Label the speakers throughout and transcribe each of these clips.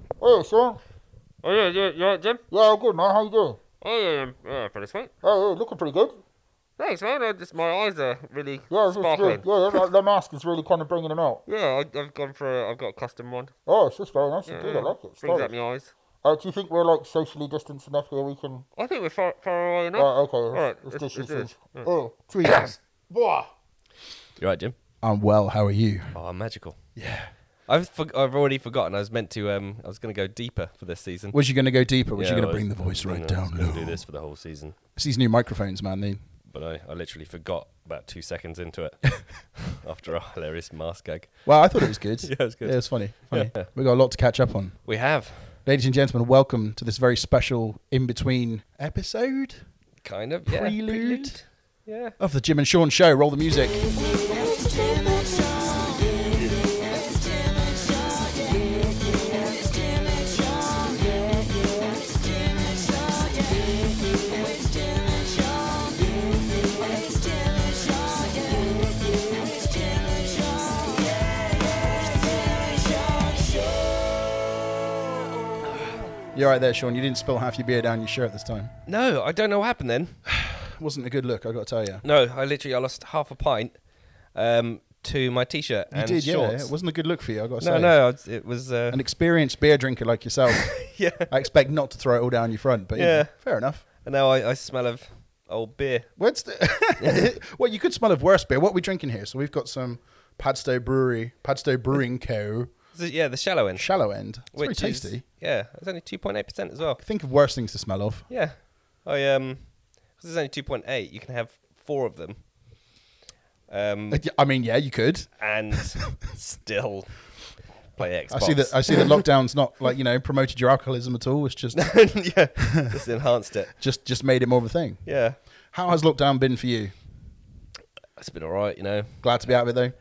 Speaker 1: Hey, son.
Speaker 2: Oh yeah, you, you alright, Jim?
Speaker 1: Yeah, all good, man. How you doing?
Speaker 2: Oh yeah, um, yeah, pretty sweet.
Speaker 1: Oh, yeah, looking pretty good.
Speaker 2: Thanks, man. I just my eyes are really
Speaker 1: Yeah, it's, it's
Speaker 2: sparkling.
Speaker 1: good. Yeah, that, that mask is really kind of bringing it out.
Speaker 2: Yeah, I, I've gone for. A, I've got a custom one.
Speaker 1: Oh, it's just very nice
Speaker 2: Yeah,
Speaker 1: indeed. I like it. It's
Speaker 2: Mm-hmm. brings out
Speaker 1: stylish.
Speaker 2: my eyes.
Speaker 1: Uh, do you think we're like socially distanced enough here? We can.
Speaker 2: I think we're far, far away enough.
Speaker 1: Right, okay.
Speaker 2: Alright,
Speaker 1: Let's,
Speaker 2: it's- Mm.
Speaker 1: let's do
Speaker 2: it's
Speaker 1: some
Speaker 2: it.
Speaker 1: things. Oh,
Speaker 3: Three years.
Speaker 4: You right, Jim?
Speaker 3: I'm well. How are you?
Speaker 4: Oh, I'm magical. Yeah. I've forg I've already forgotten. I was meant to. Um, I was going to go deeper for this season.
Speaker 3: Was you going to go deeper? Was
Speaker 4: Yeah,
Speaker 3: you going
Speaker 4: I
Speaker 3: to
Speaker 4: was-
Speaker 3: bring the voice
Speaker 4: I
Speaker 3: right
Speaker 4: was
Speaker 3: down
Speaker 4: gonna
Speaker 3: low?
Speaker 4: Do this for the whole season,
Speaker 3: It's these new microphones, man. They,
Speaker 4: but I, I literally forgot about two seconds into it after our hilarious mask gag.
Speaker 3: well, I thought it was good.
Speaker 4: Yeah, it was good.
Speaker 3: Yeah, it's funny. funny. We got a lot to catch up on.
Speaker 4: We have
Speaker 3: Ladies and gentlemen, welcome to this very special in between episode
Speaker 4: kind of yeah,
Speaker 3: Prelude?
Speaker 4: Yeah.
Speaker 3: of the Jim and Sean Show. Roll the music. You're right there, Sean. You didn't spill half your beer down your shirt this time.
Speaker 4: No, I don't know what happened then.
Speaker 3: wasn't a good look, I got to tell you.
Speaker 4: No, I literally I lost half a pint um, to my t-shirt
Speaker 3: You
Speaker 4: and
Speaker 3: did, yeah.
Speaker 4: shorts.
Speaker 3: It wasn't a good look for you, I got to
Speaker 4: no,
Speaker 3: say.
Speaker 4: no, I was- it was. Uh,
Speaker 3: An experienced beer drinker like yourself,
Speaker 4: yeah,
Speaker 3: I expect not to throw it all down your front, but yeah,
Speaker 4: Yeah.
Speaker 3: fair enough.
Speaker 4: and now I, I smell of old beer.
Speaker 3: What's the well, you could smell of worse beer. What are we drinking here? So we've got some Padstow Brewery, Padstow Brewing Co.
Speaker 4: So, yeah, the shallow end.
Speaker 3: Shallow End. It's very
Speaker 4: which is-
Speaker 3: tasty.
Speaker 4: yeah, it's only two point eight percent as well.
Speaker 3: Think of worse things to smell of.
Speaker 4: Yeah, I um, because it's only two point eight. You can have four of them. Um,
Speaker 3: I mean, yeah, you could.
Speaker 4: and still play Xbox.
Speaker 3: I see that. I see that lockdown's not like you know promoted your alcoholism at all. It's just
Speaker 4: yeah, just enhanced it.
Speaker 3: just just made it more of a thing.
Speaker 4: Yeah,
Speaker 3: How has lockdown been for you?
Speaker 4: it's been all right, you know.
Speaker 3: Glad to be out of it though.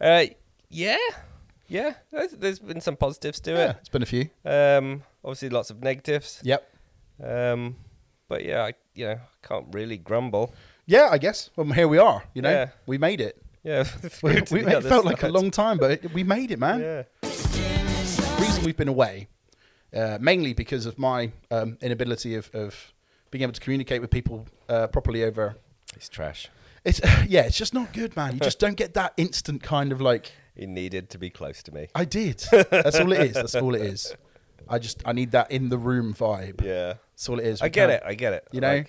Speaker 4: Uh, yeah, yeah. There's, there's been some positives to
Speaker 3: Yeah, it's been a few.
Speaker 4: it. Um, obviously lots of negatives.
Speaker 3: Yep.
Speaker 4: Um, but yeah, I you know I can't really grumble.
Speaker 3: Yeah, I guess. Well, here we are. You know,
Speaker 4: Yeah.
Speaker 3: we made it.
Speaker 4: Yeah,
Speaker 3: We,
Speaker 4: through to
Speaker 3: we-
Speaker 4: the
Speaker 3: it
Speaker 4: other
Speaker 3: felt like a
Speaker 4: side.
Speaker 3: long time, but it, we made it, man.
Speaker 4: Yeah.
Speaker 3: reason we've been away, uh, mainly because of my um, inability of, of being able to communicate with people uh, properly over.
Speaker 4: It's trash.
Speaker 3: It's yeah, it's just not good, man. You just don't get that instant kind of like
Speaker 4: He needed to be close to me.
Speaker 3: I did. That's all it is. That's all it is. I just I need that in the room vibe.
Speaker 4: Yeah.
Speaker 3: That's all it is.
Speaker 4: I
Speaker 3: We
Speaker 4: get it.
Speaker 3: can't-
Speaker 4: I get it.
Speaker 3: You know?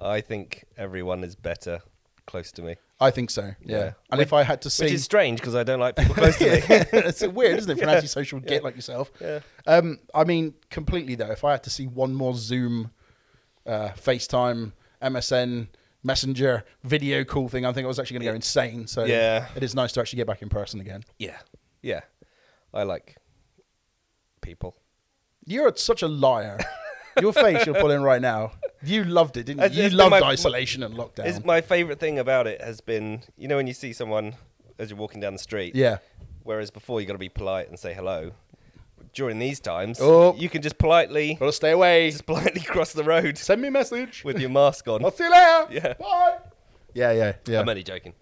Speaker 4: I think everyone is better close to me.
Speaker 3: I think so. Yeah.
Speaker 4: Yeah.
Speaker 3: And if I had to
Speaker 4: Which
Speaker 3: sing,
Speaker 4: is strange because I don't like people close to me.
Speaker 3: it's weird, isn't it, for an antisocial git like yourself?
Speaker 4: Yeah.
Speaker 3: Um, I mean, completely though. If I had to see one more Zoom, uh, FaceTime, MSN, Messenger, video call thing, I think I was actually going to go insane. So
Speaker 4: Yeah.
Speaker 3: it is nice to actually get back in person again.
Speaker 4: Yeah. Yeah. I like people.
Speaker 3: You're such a liar. Your face you're pulling right now. You loved it, didn't
Speaker 4: It's-
Speaker 3: you? You
Speaker 4: it's been
Speaker 3: loved
Speaker 4: my- my-
Speaker 3: isolation and lockdown.
Speaker 4: Is my favorite thing about it has been, you know, when you see someone as you're walking down the street.
Speaker 3: Yeah.
Speaker 4: Whereas before you got to be polite and say hello. During these times,
Speaker 3: Oh.
Speaker 4: you can just politely,
Speaker 3: Gotta stay away.
Speaker 4: just politely cross the road
Speaker 3: Send me a message.
Speaker 4: with your mask on.
Speaker 3: I'll see you later.
Speaker 4: Yeah.
Speaker 3: Bye. Yeah, yeah, yeah.
Speaker 4: I'm only joking.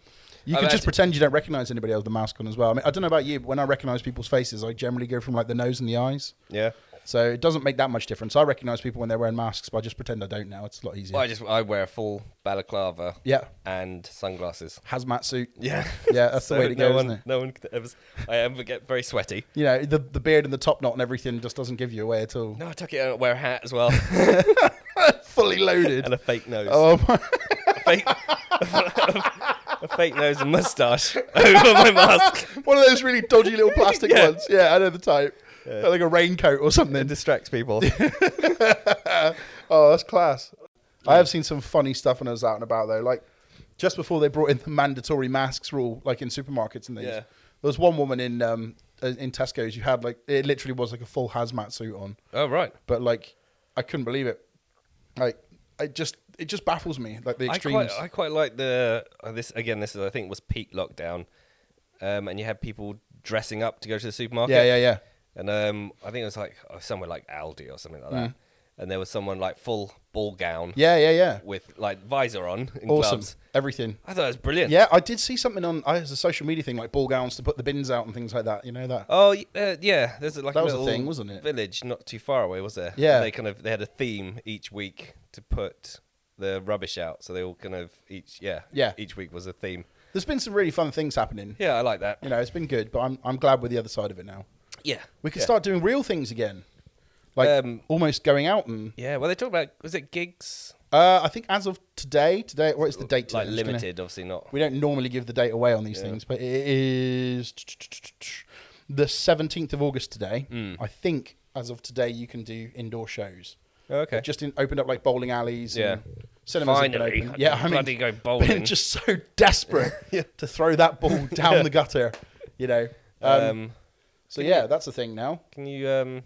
Speaker 3: You
Speaker 4: I've
Speaker 3: can just
Speaker 4: actually-
Speaker 3: pretend you don't recognize anybody else with the mask on as well. I mean, I don't know about you, but when I recognize people's faces, I generally go from like the nose and the eyes.
Speaker 4: Yeah.
Speaker 3: So it doesn't make that much difference. I recognize people when they're wearing masks, but I just pretend I don't now. It's a lot easier.
Speaker 4: Well, I just I wear a full balaclava.
Speaker 3: Yeah.
Speaker 4: And sunglasses.
Speaker 3: Hazmat suit.
Speaker 4: Yeah.
Speaker 3: Yeah, that's the
Speaker 4: So
Speaker 3: way to
Speaker 4: no
Speaker 3: go,
Speaker 4: one,
Speaker 3: isn't it?
Speaker 4: No one could ever. s- I ever get very sweaty.
Speaker 3: You know, the, the beard and the top knot and everything just doesn't give you away at all.
Speaker 4: No, I took it out. Wear a hat as well
Speaker 3: Fully loaded.
Speaker 4: and a fake nose.
Speaker 3: Oh, my.
Speaker 4: A fake, a fake nose and mustache over my mask.
Speaker 3: One of those really dodgy little plastic
Speaker 4: Yeah.
Speaker 3: ones. Yeah, I know the type. Like a raincoat or
Speaker 4: It
Speaker 3: something.
Speaker 4: distracts people.
Speaker 3: Oh, that's class. I have seen some funny stuff when I was out and about though. Like just before they brought in the mandatory masks rule, like in supermarkets and things.
Speaker 4: Yeah.
Speaker 3: There was one woman in um uh, in Tesco's who had like it literally was like a full hazmat suit on,
Speaker 4: Oh right.
Speaker 3: but like I couldn't believe it. Like it just it just baffles me like the
Speaker 4: I
Speaker 3: extremes.
Speaker 4: quite, I quite like the uh, this again. This is I think was peak lockdown, um, and you had people dressing up to go to the supermarket.
Speaker 3: Yeah, yeah, yeah.
Speaker 4: uh, And um, I think it was like oh, somewhere like Aldi or something like that. and there was someone like full ball gown
Speaker 3: Mm. Yeah, yeah, yeah.
Speaker 4: with like visor on and
Speaker 3: Awesome.
Speaker 4: gloves.
Speaker 3: Everything.
Speaker 4: I thought it was brilliant.
Speaker 3: Yeah, I did see something on I was a social media thing like ball gowns to put the bins out and things like that. You know that.
Speaker 4: Oh y- uh, yeah, there's like
Speaker 3: That
Speaker 4: a
Speaker 3: was a
Speaker 4: little
Speaker 3: thing, wasn't it?
Speaker 4: Village not too far away, was there?
Speaker 3: Yeah.
Speaker 4: And they kind of they had a theme each week to put the rubbish out, so they all kind of each yeah
Speaker 3: Yeah.
Speaker 4: each week was a theme.
Speaker 3: There's been some really fun things happening.
Speaker 4: Yeah, I like that.
Speaker 3: You know, it's been good, but I'm I'm glad we're the other side of it now.
Speaker 4: Yeah,
Speaker 3: We can
Speaker 4: yeah.
Speaker 3: start doing real things again, like
Speaker 4: Um,
Speaker 3: almost going out and.
Speaker 4: Yeah, well they talk about was it gigs?
Speaker 3: Uh, I think as of today, today what is the date?
Speaker 4: Like
Speaker 3: today? I'm just gonna-
Speaker 4: limited, obviously not.
Speaker 3: we don't normally give the date away on these things, but it is the 17th of August today.
Speaker 4: Hmm.
Speaker 3: I think as of today, you can do indoor shows.
Speaker 4: Oh, okay.
Speaker 3: They've just in, opened up like bowling alleys.
Speaker 4: Yeah.
Speaker 3: And cinemas have been
Speaker 4: Finally, I
Speaker 3: open. Yeah,
Speaker 4: can
Speaker 3: I mean,
Speaker 4: bloody go
Speaker 3: Been
Speaker 4: bowling.
Speaker 3: just so desperate to throw that ball down the gutter, you know. Um,
Speaker 4: um,
Speaker 3: so yeah, that's a thing now.
Speaker 4: Can you um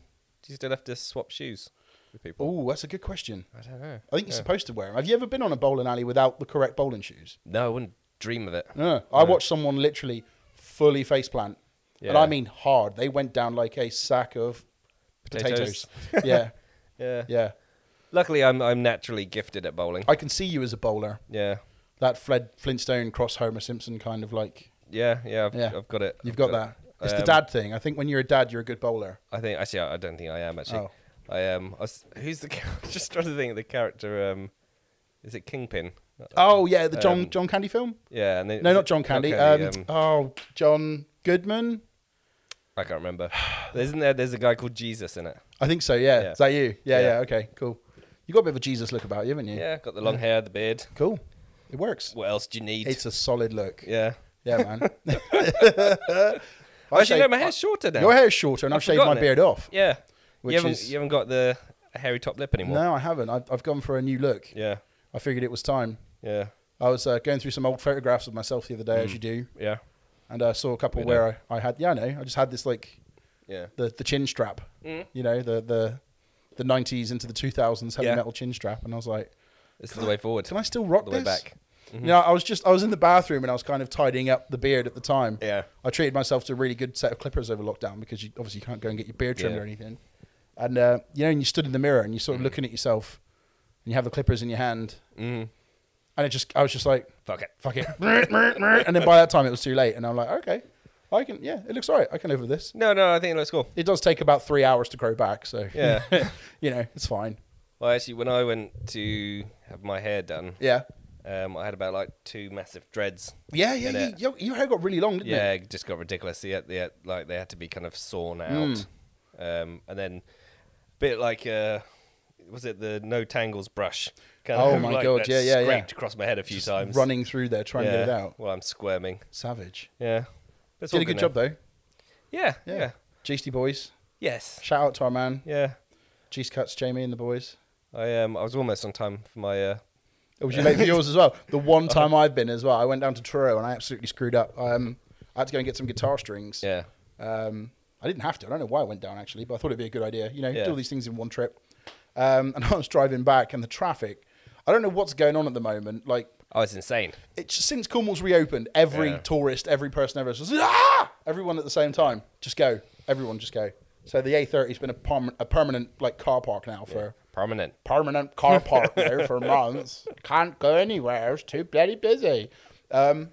Speaker 4: do you still have to swap shoes with people?
Speaker 3: Oh, that's a good question.
Speaker 4: I don't know.
Speaker 3: I think you're supposed to wear them. Have you ever been on a bowling alley without the correct bowling shoes?
Speaker 4: No, I wouldn't dream of it.
Speaker 3: No, I watched someone literally fully faceplant, and
Speaker 4: Yeah.
Speaker 3: I mean hard. They went down like a sack of potatoes.
Speaker 4: Potatoes.
Speaker 3: yeah,
Speaker 4: Yeah.
Speaker 3: yeah.
Speaker 4: Luckily I'm I'm naturally gifted at bowling.
Speaker 3: I can see you as a bowler.
Speaker 4: yeah.
Speaker 3: That Fred Flintstone cross Homer Simpson kind of like.
Speaker 4: Yeah, yeah, I've,
Speaker 3: Yeah.
Speaker 4: I've got it.
Speaker 3: You've
Speaker 4: I've
Speaker 3: got that. It's the
Speaker 4: Um,
Speaker 3: dad thing. I think when you're a dad, you're a good bowler.
Speaker 4: I think actually, I I don't think I am actually.
Speaker 3: Oh.
Speaker 4: I am. I was, who's the? char- Just trying to think of the character. Um, is it Kingpin?
Speaker 3: Oh yeah, the John
Speaker 4: Um,
Speaker 3: John Candy film.
Speaker 4: Yeah, and they,
Speaker 3: No,
Speaker 4: is
Speaker 3: not
Speaker 4: it
Speaker 3: John Candy. um,
Speaker 4: um,
Speaker 3: oh, John Goodman.
Speaker 4: I can't remember. Isn't there? There's a guy called Jesus in it.
Speaker 3: I think so. Yeah.
Speaker 4: Yeah.
Speaker 3: Is that you? Yeah, yeah.
Speaker 4: Yeah.
Speaker 3: Okay. Cool. You got a bit of a Jesus look about you, haven't you?
Speaker 4: Yeah, got the long hair, the beard.
Speaker 3: Cool. It works.
Speaker 4: What else do you need?
Speaker 3: It's a solid look.
Speaker 4: yeah.
Speaker 3: Yeah, man. I
Speaker 4: Actually, no,
Speaker 3: shaved-
Speaker 4: my hair's shorter now.
Speaker 3: Your hair's shorter, and I've,
Speaker 4: I've
Speaker 3: shaved my
Speaker 4: forgotten it.
Speaker 3: beard off.
Speaker 4: Yeah.
Speaker 3: Which
Speaker 4: you haven't
Speaker 3: is-
Speaker 4: you haven't got the hairy top lip anymore.
Speaker 3: No, I haven't. I've, I've gone for a new look.
Speaker 4: Yeah.
Speaker 3: I figured it was time.
Speaker 4: Yeah.
Speaker 3: I was uh, going through some old photographs of myself the other day,
Speaker 4: Mm.
Speaker 3: as you do,
Speaker 4: Yeah.
Speaker 3: and I saw a couple
Speaker 4: We
Speaker 3: where I, I had, yeah, I know, I just had this like
Speaker 4: Yeah. Mm.
Speaker 3: the, the chin strap, you know, the the the '90s into the 2000s heavy
Speaker 4: Yeah.
Speaker 3: metal chin strap, and I was like,
Speaker 4: This is the way forward.
Speaker 3: can I still rock
Speaker 4: the way
Speaker 3: this?
Speaker 4: back. Mm-hmm.
Speaker 3: You know, I was just I was in the bathroom and I was kind of tidying up the beard at the time.
Speaker 4: Yeah.
Speaker 3: I treated myself to a really good set of clippers over lockdown because you obviously you can't go and get your beard trimmed
Speaker 4: Yeah.
Speaker 3: or anything. And uh, you know, and you stood in the mirror and you're sort of looking at yourself, and you have the clippers in your hand,
Speaker 4: Mm.
Speaker 3: and it just I was just like,
Speaker 4: Fuck it.
Speaker 3: fuck it, and then by that time it was too late, and I'm like, okay, I can, yeah, it looks alright, I can live with this.
Speaker 4: No, no, I think it looks cool.
Speaker 3: It does take about three hours to grow back, so
Speaker 4: Yeah.
Speaker 3: you know, it's fine.
Speaker 4: Well, actually, when I went to have my hair done,
Speaker 3: Yeah,
Speaker 4: um, I had about like two massive dreads.
Speaker 3: yeah,
Speaker 4: And,
Speaker 3: yeah.
Speaker 4: uh,
Speaker 3: You, your, your hair got really long, didn't
Speaker 4: Yeah,
Speaker 3: it?
Speaker 4: it just got ridiculous. Yeah, they had, like they had to be kind of sawn out,
Speaker 3: Hmm.
Speaker 4: um, and then bit like uh, was it the no tangles brush? Kind
Speaker 3: Oh my God,
Speaker 4: that
Speaker 3: yeah, yeah, yeah.
Speaker 4: Scraped across my head a few times.
Speaker 3: Running through there trying to get it
Speaker 4: Yeah,
Speaker 3: out.
Speaker 4: Well, I'm squirming.
Speaker 3: Savage.
Speaker 4: Yeah, That's
Speaker 3: Did a good job though.
Speaker 4: Yeah, yeah,
Speaker 3: Geesty boys.
Speaker 4: yes,
Speaker 3: Shout out to our man.
Speaker 4: yeah.
Speaker 3: Geese cuts, Jamie and the boys.
Speaker 4: I um, I was almost on time for my. Uh,
Speaker 3: It was you late for yours as well. The one time I've been as well, I went down to Truro and I absolutely screwed up. Um, I had to go and get some guitar strings.
Speaker 4: yeah,
Speaker 3: Um, I didn't have to. I don't know why I went down actually, but I thought it'd be a good idea. You know,
Speaker 4: Yeah.
Speaker 3: do all these things in one trip. Um, and I was driving back, and the traffic. I don't know what's going on at the moment. Like
Speaker 4: oh, it's insane.
Speaker 3: it's just, since Cornwall's reopened, every
Speaker 4: Yeah.
Speaker 3: tourist, every person ever says, ah! Everyone at the same time. Just go. Everyone just go. So the A30's been a, perm- a permanent like car park now for
Speaker 4: Permanent.
Speaker 3: permanent car park there for months. Can't go anywhere. It's too bloody busy. Um,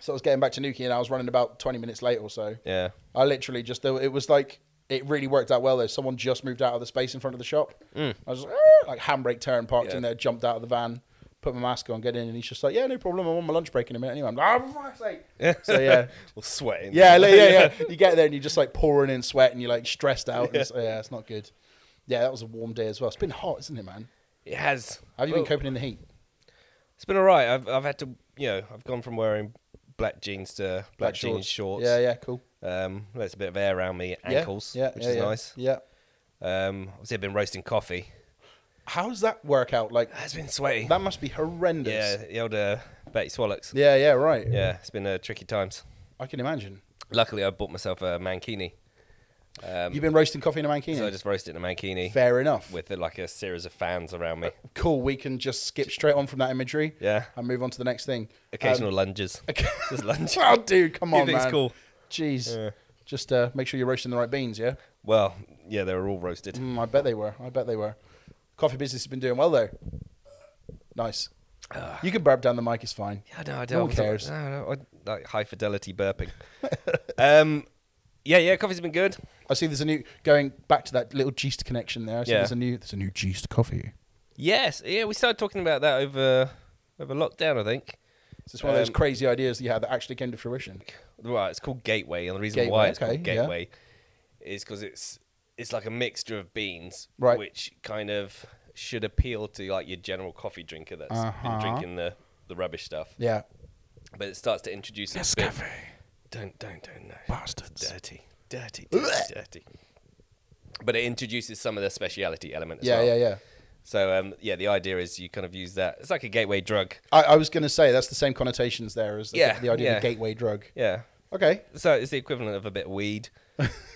Speaker 3: so I was getting back to Nuki and I was running about 20 minutes late or so.
Speaker 4: Yeah.
Speaker 3: I literally just, there- it was like, it really worked out well though. Someone just moved out of the space in front of the shop. I was like, "Ah," like handbrake turn, parked in
Speaker 4: Mm. Yeah.
Speaker 3: there, jumped out of the van, put my mask on, get in, and he's just like, yeah, no problem. I'm on my lunch break in a minute anyway. I'm like, oh, for fuck's sake. So yeah.
Speaker 4: Well, sweating.
Speaker 3: Yeah, like, yeah, yeah. You get there and you're just like pouring in sweat and you're like stressed out. And it's, yeah, it's not good. Yeah, that was a warm day as well. It's been hot, isn't it, man?
Speaker 4: It has.
Speaker 3: Have you
Speaker 4: Well,
Speaker 3: been coping in the heat?
Speaker 4: It's been all right. I've I've had to you know I've gone from wearing black jeans to black,
Speaker 3: Black
Speaker 4: jeans shorts.
Speaker 3: Yeah, yeah, cool.
Speaker 4: Um, lets a bit of air around me ankles,
Speaker 3: yeah, yeah,
Speaker 4: which
Speaker 3: yeah,
Speaker 4: is
Speaker 3: yeah.
Speaker 4: nice.
Speaker 3: Yeah.
Speaker 4: Um, obviously I've been roasting coffee.
Speaker 3: How's that work out? Like
Speaker 4: It's been sweaty.
Speaker 3: that must be horrendous.
Speaker 4: yeah, the old uh, Betty Swallocks.
Speaker 3: Yeah, yeah, right.
Speaker 4: Yeah, it's been uh, tricky times.
Speaker 3: I can imagine.
Speaker 4: Luckily, I bought myself a mankini, um,
Speaker 3: You've been roasting coffee in a mankini.
Speaker 4: so I just roasted a mankini
Speaker 3: Fair Uh, enough.
Speaker 4: with uh, like a series of fans around me.
Speaker 3: cool. We can just skip straight on from that imagery.
Speaker 4: Yeah.
Speaker 3: And move on to the next thing.
Speaker 4: Occasional lunges. just lunge.
Speaker 3: Um, oh, dude, come on,
Speaker 4: Everything's
Speaker 3: man.
Speaker 4: cool.
Speaker 3: Jeez. Just uh, make sure you're roasting the right beans. Yeah.
Speaker 4: Well, yeah, they were all roasted.
Speaker 3: Mm, I bet they were. I bet they were. Coffee business has been doing well though. Nice. You can burp down the mic. It's fine.
Speaker 4: Ah. Yeah, no, I don't.
Speaker 3: No one cares.
Speaker 4: No, no, I, like high fidelity burping. um, yeah, yeah, coffee's been good.
Speaker 3: I see. There's a new going back to that little Geist connection there. I see
Speaker 4: Yeah.
Speaker 3: There's a new. There's a new Geist coffee.
Speaker 4: Yes, yeah, we started talking about that over over lockdown, I think.
Speaker 3: It's just one of those
Speaker 4: Um,
Speaker 3: crazy ideas that you had that actually came to fruition.
Speaker 4: Right, it's called Gateway, and the reason
Speaker 3: Gateway,
Speaker 4: why it's
Speaker 3: okay,
Speaker 4: called
Speaker 3: yeah.
Speaker 4: Gateway is because it's it's like a mixture of beans,
Speaker 3: Right.
Speaker 4: which kind of should appeal to like your general coffee drinker that's
Speaker 3: Uh-huh.
Speaker 4: been drinking the the rubbish stuff.
Speaker 3: Yeah.
Speaker 4: But it starts to introduce a bit. Don't don't don't no.
Speaker 3: Bastards.
Speaker 4: Dirty, dirty, dirty, dirty. But it introduces some of the speciality element as
Speaker 3: Yeah,
Speaker 4: well.
Speaker 3: yeah, yeah.
Speaker 4: So um, yeah, the idea is you kind of use that. It's like a gateway drug.
Speaker 3: I, I was going to say that's the same connotations there as the,
Speaker 4: Yeah,
Speaker 3: the idea of a
Speaker 4: yeah.
Speaker 3: gateway drug.
Speaker 4: Yeah.
Speaker 3: Okay.
Speaker 4: So it's the equivalent of a bit of weed,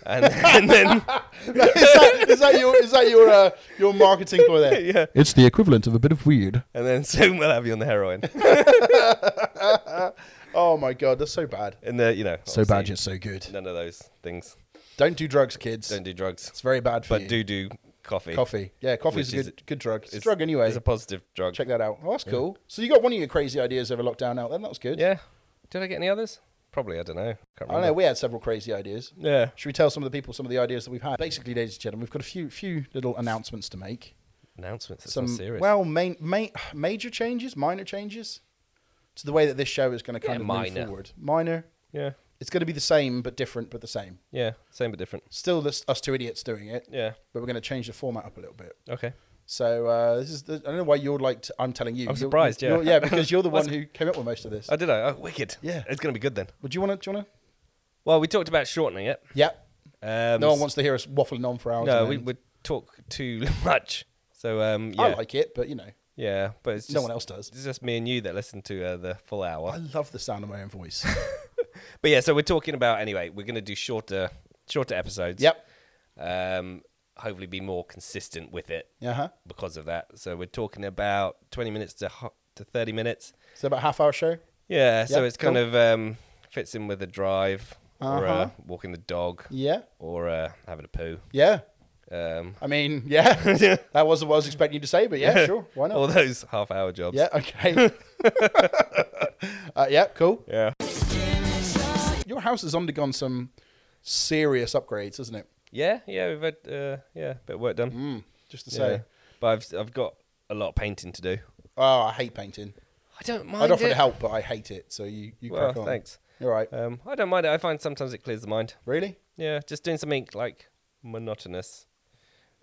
Speaker 4: and, and then
Speaker 3: is, that, is that your is that your uh, your marketing for there?
Speaker 4: yeah,
Speaker 3: It's the equivalent of a bit of weed.
Speaker 4: and then soon we'll have you on the heroin,
Speaker 3: Oh my god, that's so bad.
Speaker 4: and the you know
Speaker 3: So bad,
Speaker 4: obviously
Speaker 3: yet so good.
Speaker 4: None of those things.
Speaker 3: Don't do drugs, kids.
Speaker 4: Don't do
Speaker 3: It's
Speaker 4: drugs,
Speaker 3: very bad for
Speaker 4: but
Speaker 3: you.
Speaker 4: do do coffee.
Speaker 3: coffee. Yeah, coffee's a
Speaker 4: Which
Speaker 3: good
Speaker 4: is-
Speaker 3: good drug. It's, a drug anyway.
Speaker 4: It's a positive drug.
Speaker 3: Check that out. Oh, that's cool. So you got one of your crazy ideas over lockdown out then. That was good.
Speaker 4: Yeah. Did I get any others? Probably. I don't know. Can't
Speaker 3: I don't know.
Speaker 4: remember.
Speaker 3: We had several crazy ideas.
Speaker 4: Yeah.
Speaker 3: Should we tell some of the people some of the ideas that we've had? Basically, ladies and gentlemen, we've got a few few little announcements to make.
Speaker 4: Announcements. It's
Speaker 3: some
Speaker 4: not serious.
Speaker 3: well, main, main, major changes, minor changes to the way that this show is going to kind
Speaker 4: Yeah,
Speaker 3: of move
Speaker 4: minor.
Speaker 3: forward. Minor.
Speaker 4: Yeah.
Speaker 3: It's going to be the same but different, but the same.
Speaker 4: Yeah. Same but different.
Speaker 3: Still, this, us two idiots doing it,
Speaker 4: Yeah.
Speaker 3: but we're going to change the format up a little bit.
Speaker 4: Okay.
Speaker 3: So uh, this is the, I don't know why you're like t- I'm telling you.
Speaker 4: I'm
Speaker 3: You're-
Speaker 4: surprised, yeah.
Speaker 3: you're- yeah, because you're the one
Speaker 4: What's-
Speaker 3: who came up with most of this.
Speaker 4: Oh, did I? Oh, wicked.
Speaker 3: Yeah.
Speaker 4: It's gonna be good then.
Speaker 3: Would you want to? Do you want to?
Speaker 4: Well, we talked about shortening it.
Speaker 3: Yeah.
Speaker 4: Um,
Speaker 3: No one wants to hear us waffling on for hours.
Speaker 4: No,
Speaker 3: and
Speaker 4: we
Speaker 3: ends.
Speaker 4: would talk too much. So um, yeah,
Speaker 3: I like it, but you know,
Speaker 4: yeah, but it's just,
Speaker 3: no one else does.
Speaker 4: It's just me and you that listen to uh, the full
Speaker 3: I
Speaker 4: hour.
Speaker 3: love the sound of my own voice.
Speaker 4: But yeah, so we're talking about anyway. We're gonna do shorter, shorter episodes.
Speaker 3: yep.
Speaker 4: Um, hopefully, be more consistent with it
Speaker 3: Uh huh.
Speaker 4: because of that. So we're talking about twenty minutes to ho- to thirty minutes.
Speaker 3: So about half hour show.
Speaker 4: Yeah. so
Speaker 3: Yeah,
Speaker 4: it's kind
Speaker 3: cool.
Speaker 4: of um, fits in with a drive or uh,
Speaker 3: Uh-huh.
Speaker 4: walking the dog
Speaker 3: Yeah.
Speaker 4: or uh, having a poo.
Speaker 3: Yeah.
Speaker 4: Um,
Speaker 3: I mean, yeah, that wasn't what I was expecting you to say, but yeah, sure, why
Speaker 4: All
Speaker 3: not?
Speaker 4: those half-hour jobs.
Speaker 3: Yeah, okay. uh, yeah, cool.
Speaker 4: Yeah.
Speaker 3: Your house has undergone some serious upgrades, hasn't it?
Speaker 4: Yeah, yeah, we've had uh, yeah, a bit of work done.
Speaker 3: Mm. Just to
Speaker 4: yeah.
Speaker 3: say,
Speaker 4: But I've I've got a lot of painting to do.
Speaker 3: oh, I hate painting.
Speaker 4: I don't mind.
Speaker 3: I'd offer
Speaker 4: it.
Speaker 3: to help, but I hate it. So you, you
Speaker 4: Well,
Speaker 3: crack on.
Speaker 4: thanks.
Speaker 3: You're right.
Speaker 4: Um, I don't mind it. I find sometimes it clears the mind.
Speaker 3: really?
Speaker 4: Yeah, just doing something like monotonous.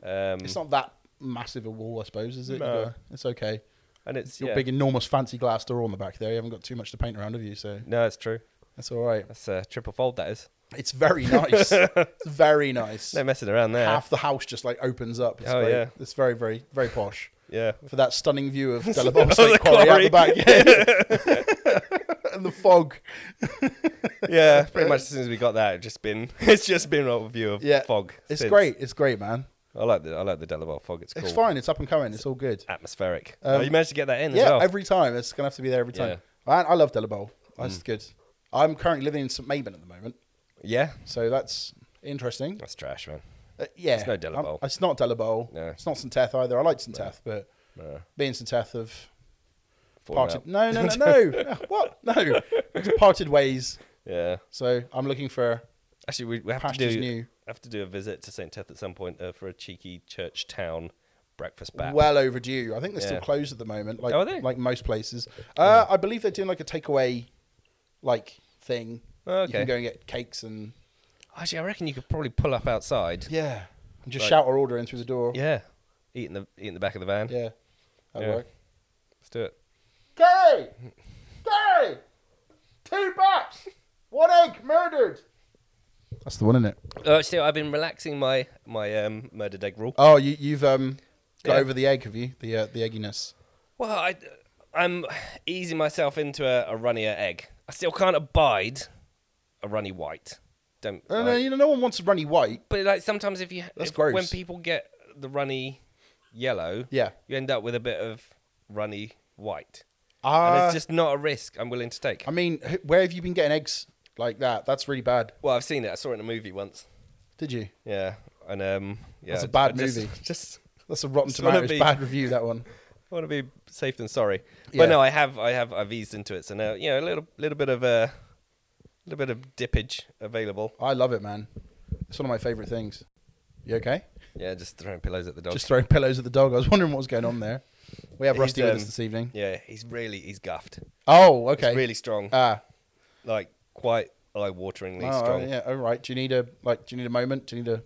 Speaker 4: Um,
Speaker 3: It's not that massive a wall, I suppose, is it?
Speaker 4: No.
Speaker 3: You've got- It's okay.
Speaker 4: and it's
Speaker 3: Your
Speaker 4: yeah.
Speaker 3: big, enormous, fancy glass door on the back there. You haven't got too much to paint around, have you? So
Speaker 4: No, it's true.
Speaker 3: that's all right.
Speaker 4: That's a triple fold. That is.
Speaker 3: It's very nice. it's very nice.
Speaker 4: No messing around there.
Speaker 3: half the house just like opens up. It's
Speaker 4: Oh,
Speaker 3: very,
Speaker 4: yeah.
Speaker 3: it's very, very, very posh
Speaker 4: Yeah.
Speaker 3: for that stunning view of Delabob's
Speaker 4: the
Speaker 3: State Quarry out
Speaker 4: quarry.
Speaker 3: the back, Yeah. and the fog.
Speaker 4: Yeah. Pretty much as soon as we got that, it's just been it's just been a view of
Speaker 3: Yeah,
Speaker 4: fog.
Speaker 3: It's
Speaker 4: since.
Speaker 3: great. It's great, man.
Speaker 4: I like the I like the Delaware fog. It's cool.
Speaker 3: It's fine. It's up and coming. It's all good.
Speaker 4: Atmospheric.
Speaker 3: Um,
Speaker 4: oh, you managed to get that in
Speaker 3: Yeah,
Speaker 4: as well.
Speaker 3: every time it's gonna have to be there every time. Man, I love Delabole. That's
Speaker 4: Mm.
Speaker 3: good. I'm currently living in St Maben at the moment,
Speaker 4: yeah.
Speaker 3: so that's interesting.
Speaker 4: That's trash, man.
Speaker 3: Uh, yeah,
Speaker 4: It's no
Speaker 3: I'm-
Speaker 4: Delabole.
Speaker 3: It's not Delabole.
Speaker 4: No.
Speaker 3: It's not St Teth either. I like St Teth, but
Speaker 4: No.
Speaker 3: being St Teth of
Speaker 4: Falling
Speaker 3: parted.
Speaker 4: out.
Speaker 3: No, no, no, no. what? No, it's parted ways.
Speaker 4: Yeah.
Speaker 3: So I'm looking for.
Speaker 4: Actually, we, we have
Speaker 3: Pastures
Speaker 4: to do
Speaker 3: new.
Speaker 4: have to do a visit to St. Teth at some point uh, for a cheeky church town breakfast bat.
Speaker 3: Well overdue. I think they're still
Speaker 4: Yeah.
Speaker 3: closed at the moment, like
Speaker 4: Oh, are they?
Speaker 3: like most places. Uh, I believe they're doing like a takeaway, like thing.
Speaker 4: Oh,
Speaker 3: You can
Speaker 4: okay.
Speaker 3: go and get cakes and
Speaker 4: Actually, I reckon you could probably pull up outside.
Speaker 3: yeah, and just
Speaker 4: Right.
Speaker 3: shout our order in through the door.
Speaker 4: Yeah. Eat in the eat in the back of the van.
Speaker 3: yeah, that'll
Speaker 4: Yeah.
Speaker 3: work.
Speaker 4: Let's do it.
Speaker 1: Gary! Gary! Two bucks! One egg murdered!
Speaker 3: That's the one, isn't it?
Speaker 4: Oh, actually, I've been relaxing my my um, murdered egg rule.
Speaker 3: Oh, you, you've um got
Speaker 4: Yeah.
Speaker 3: over the egg, have you? The uh, the egginess.
Speaker 4: Well, I I'm easing myself into a, a runnier egg. I still can't abide a runny white. Don't.
Speaker 3: No, no,
Speaker 4: like-
Speaker 3: you know, no one wants runny white.
Speaker 4: But like sometimes if you
Speaker 3: That's
Speaker 4: if-
Speaker 3: gross.
Speaker 4: when people get the runny yellow,
Speaker 3: Yeah.
Speaker 4: you end up with a bit of runny white. and
Speaker 3: Ah,
Speaker 4: it's just not a risk I'm willing to take.
Speaker 3: I mean, h- where have you been getting eggs like that? That's really bad.
Speaker 4: well, I've seen it. I saw it in a movie once.
Speaker 3: Did you?
Speaker 4: Yeah, and um, yeah,
Speaker 3: That's a
Speaker 4: I-
Speaker 3: bad
Speaker 4: I just-
Speaker 3: movie.
Speaker 4: Just
Speaker 3: That's a Rotten
Speaker 4: gonna
Speaker 3: Tomatoes
Speaker 4: be-
Speaker 3: bad review. That one.
Speaker 4: I want to be safe than sorry.
Speaker 3: Yeah.
Speaker 4: But no, I have, I have, I've eased into it. So now, you know, a little, little bit of a, little bit of dippage available.
Speaker 3: I love it, man. It's one of my favorite things. You okay?
Speaker 4: Yeah, just throwing pillows at the dog.
Speaker 3: Just throwing pillows at the dog. I was wondering what was going on there. We have
Speaker 4: He's,
Speaker 3: Rusty with
Speaker 4: um,
Speaker 3: us this evening.
Speaker 4: Yeah, he's really, he's guffed.
Speaker 3: Oh, okay.
Speaker 4: He's really strong.
Speaker 3: Ah.
Speaker 4: like quite eye-wateringly
Speaker 3: oh,
Speaker 4: strong.
Speaker 3: yeah. All right. Do you need a like? Do you need a moment? Do you need a?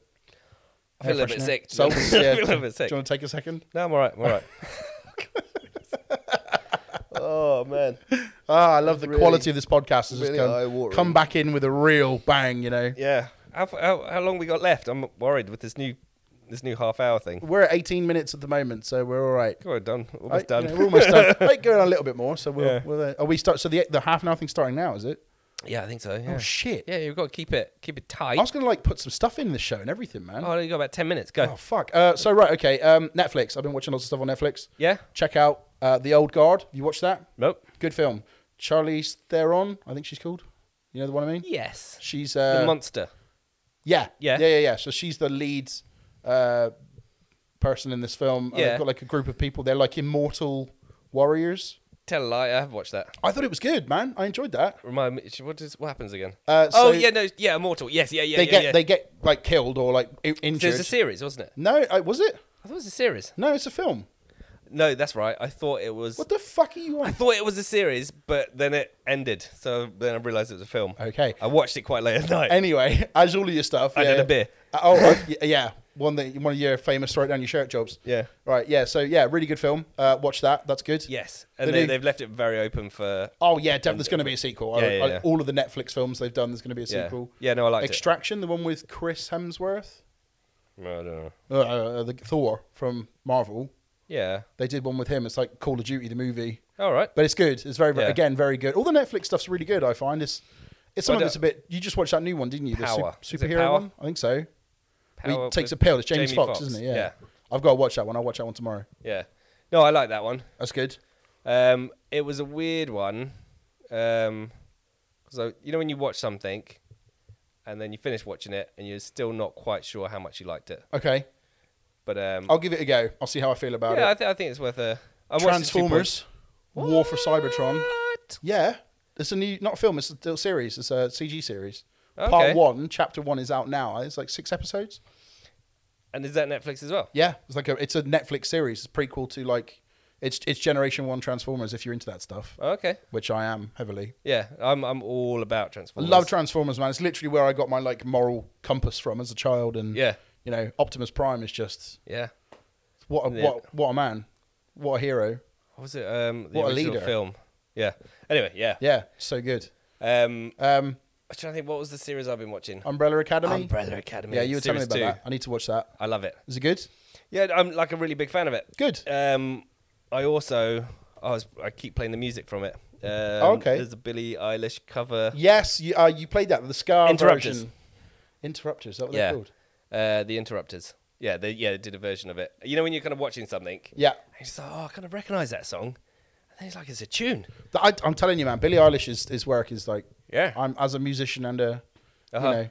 Speaker 4: I feel a
Speaker 3: air
Speaker 4: little bit
Speaker 3: freshener?
Speaker 4: sick.
Speaker 3: Salts?
Speaker 4: I feel
Speaker 3: yeah.
Speaker 4: a little bit sick.
Speaker 3: Do you want to take a second?
Speaker 4: No, I'm all right. I'm all right. oh man.
Speaker 3: Ah, I love the
Speaker 4: Really-
Speaker 3: quality of this podcast. Has
Speaker 4: really
Speaker 3: just come,
Speaker 4: eye-watering.
Speaker 3: come back in with a real bang, you know.
Speaker 4: Yeah. How, f- how how long we got left? I'm worried with this new this new half hour thing.
Speaker 3: We're at 18 minutes at the moment, so we're all right.
Speaker 4: We're done. Almost
Speaker 3: I-
Speaker 4: done.
Speaker 3: you know, we're almost done. Might go on a little bit more, so we'll.
Speaker 4: Yeah.
Speaker 3: we'll uh, are we start? So the the half an hour thing's starting now, is it?
Speaker 4: yeah, I think so. Yeah.
Speaker 3: Oh shit!
Speaker 4: Yeah, you've got to keep it keep it tight.
Speaker 3: I was gonna like put some stuff in the show and everything, man.
Speaker 4: Oh, you got about ten minutes. Go.
Speaker 3: Oh fuck. Uh, so right, okay. Um, Netflix. I've been watching lots of stuff on Netflix.
Speaker 4: Yeah.
Speaker 3: Check out uh, The Old Guard. You watched that?
Speaker 4: Nope.
Speaker 3: Good film. Charlize Theron, I think she's called. You know the one I mean?
Speaker 4: Yes.
Speaker 3: She's uh,
Speaker 4: the monster.
Speaker 3: yeah,
Speaker 4: Yeah.
Speaker 3: yeah, yeah, yeah. So she's the lead uh, person in this film. Uh, they've
Speaker 4: Yeah.
Speaker 3: got like a group of people. They're like immortal warriors.
Speaker 4: Tell a lie. I have watched that.
Speaker 3: I thought it was good, man. I enjoyed that.
Speaker 4: Remind me. What is what happens again?
Speaker 3: Uh, so
Speaker 4: oh yeah, no, yeah, immortal. Yes, yeah, yeah,
Speaker 3: they
Speaker 4: yeah.
Speaker 3: get
Speaker 4: yeah.
Speaker 3: they get like killed or like i-
Speaker 4: So
Speaker 3: injured.
Speaker 4: it's a series, wasn't it?
Speaker 3: no, I, was it?
Speaker 4: I thought it was a series.
Speaker 3: No, it's a film.
Speaker 4: No, that's right. I thought it was.
Speaker 3: What the fuck are you
Speaker 4: I
Speaker 3: on?
Speaker 4: thought it was a series, but then it ended. So then I realised it was a film.
Speaker 3: Okay.
Speaker 4: I watched it quite late at night.
Speaker 3: Anyway, as all of your stuff,
Speaker 4: I
Speaker 3: yeah.
Speaker 4: did a beer.
Speaker 3: Uh, Oh, uh, y- yeah, one that one of your famous throw it down your shirt jobs.
Speaker 4: Yeah.
Speaker 3: right, yeah. So yeah, really good film. Uh, watch that. That's good.
Speaker 4: yes, and
Speaker 3: They
Speaker 4: they,
Speaker 3: do-
Speaker 4: they've left it very open for.
Speaker 3: Oh yeah, definitely. There's going to be a sequel. I-
Speaker 4: Yeah, yeah,
Speaker 3: I-
Speaker 4: yeah.
Speaker 3: All of the Netflix films they've done, there's going to be a
Speaker 4: Yeah.
Speaker 3: sequel.
Speaker 4: Yeah, no, I liked it.
Speaker 3: Extraction, the one with Chris Hemsworth,
Speaker 4: No, I don't know.
Speaker 3: uh, uh, the Thor from Marvel.
Speaker 4: Yeah.
Speaker 3: They did one with him. It's like Call of Duty the movie,
Speaker 4: All right.
Speaker 3: but it's good. It's very, very
Speaker 4: Yeah.
Speaker 3: again very good. All the Netflix stuff's really good. I find it's it's
Speaker 4: Well,
Speaker 3: something that's a bit. You just watched that new one, didn't you? The su-
Speaker 4: Power. Is it
Speaker 3: superhero
Speaker 4: Power?
Speaker 3: one. I think so. Where he
Speaker 4: Power
Speaker 3: takes a
Speaker 4: with
Speaker 3: pill. It's James
Speaker 4: Jamie
Speaker 3: Fox,
Speaker 4: Foxx.
Speaker 3: isn't it? Yeah.
Speaker 4: Yeah.
Speaker 3: I've got to watch that one. I'll watch that one tomorrow.
Speaker 4: Yeah. No, I like that one.
Speaker 3: That's good.
Speaker 4: Um, it was a weird one. Um, so you know when you watch something, and then you finish watching it, and you're still not quite sure how much you liked it.
Speaker 3: Okay,
Speaker 4: But um,
Speaker 3: I'll give it a go. I'll see how I feel about
Speaker 4: yeah, I,
Speaker 3: Oh, it.
Speaker 4: th- I think it's worth a. I watched the two
Speaker 3: Transformers,
Speaker 4: points.
Speaker 3: War for Cybertron.
Speaker 4: What?
Speaker 3: Yeah, it's a new not a film. It's a little series. It's a CG series.
Speaker 4: Okay.
Speaker 3: Part one, chapter one is out now. It's like six episodes.
Speaker 4: And is that Netflix as well?
Speaker 3: Yeah, it's like a it's a Netflix series. It's prequel to like it's it's Generation One Transformers. If you're into that stuff,
Speaker 4: Oh, okay.
Speaker 3: which I am heavily.
Speaker 4: Yeah, I'm I'm all about
Speaker 3: I
Speaker 4: Transformers.
Speaker 3: love Transformers, man. It's literally where I got my like moral compass from as a child. And
Speaker 4: Yeah.
Speaker 3: you know, Optimus Prime is just
Speaker 4: yeah.
Speaker 3: what a,
Speaker 4: Yeah.
Speaker 3: what what a man, what a hero.
Speaker 4: What was it? Um, the
Speaker 3: What a
Speaker 4: original
Speaker 3: leader.
Speaker 4: film. Yeah. Anyway, yeah.
Speaker 3: Yeah, so good.
Speaker 4: Um,
Speaker 3: Um,
Speaker 4: I'm trying to think. What was the series I've been watching?
Speaker 3: Umbrella Academy.
Speaker 4: Umbrella Academy.
Speaker 3: yeah, you were telling me
Speaker 4: series
Speaker 3: about
Speaker 4: two.
Speaker 3: that. I need to watch that.
Speaker 4: I love it.
Speaker 3: Is it good?
Speaker 4: Yeah, I'm like a really big fan of it.
Speaker 3: Good.
Speaker 4: Um, I also I was I keep playing the music from it. Um,
Speaker 3: Oh, okay.
Speaker 4: There's a Billie Eilish cover.
Speaker 3: Yes, you uh, you played that the Scar
Speaker 4: Interrupters.
Speaker 3: version. Interrupters. Is that what
Speaker 4: Yeah.
Speaker 3: they're called?
Speaker 4: Uh, the Interrupters. Yeah, they yeah they did a version of it. You know when you're kind of watching something.
Speaker 3: Yeah.
Speaker 4: And he's like, oh, I kind of recognize that song. And then he's like, it's a tune.
Speaker 3: Th- I, I'm telling you, man, Billie Eilish's his work is like,
Speaker 4: Yeah.
Speaker 3: I'm as a musician and a,
Speaker 4: Uh-huh.
Speaker 3: you know,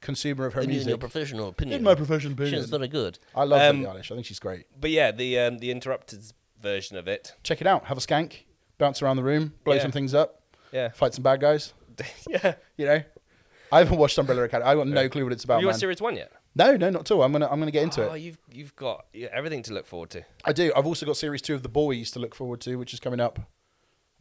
Speaker 3: consumer of her
Speaker 5: In your
Speaker 3: music.
Speaker 5: professional opinion.
Speaker 3: In my professional opinion.
Speaker 5: She's very good.
Speaker 3: I love
Speaker 4: Um,
Speaker 3: Billie Eilish. I think she's great.
Speaker 4: But yeah, the um, the Interrupters version of it.
Speaker 3: Check it out. Have a skank. Bounce around the room. Blow
Speaker 4: Yeah.
Speaker 3: some things up.
Speaker 4: Yeah.
Speaker 3: Fight some bad guys.
Speaker 4: yeah.
Speaker 3: You know. I haven't watched Umbrella Academy. I got no clue what it's about,
Speaker 4: Have you
Speaker 3: man.
Speaker 4: watched series one yet?
Speaker 3: No, no, not at all. I'm gonna, I'm gonna get into
Speaker 4: Oh,
Speaker 3: it.
Speaker 4: you've you've got yeah, everything to look forward to.
Speaker 3: I do. I've also got series two of The Boys to look forward to, which is coming up. Have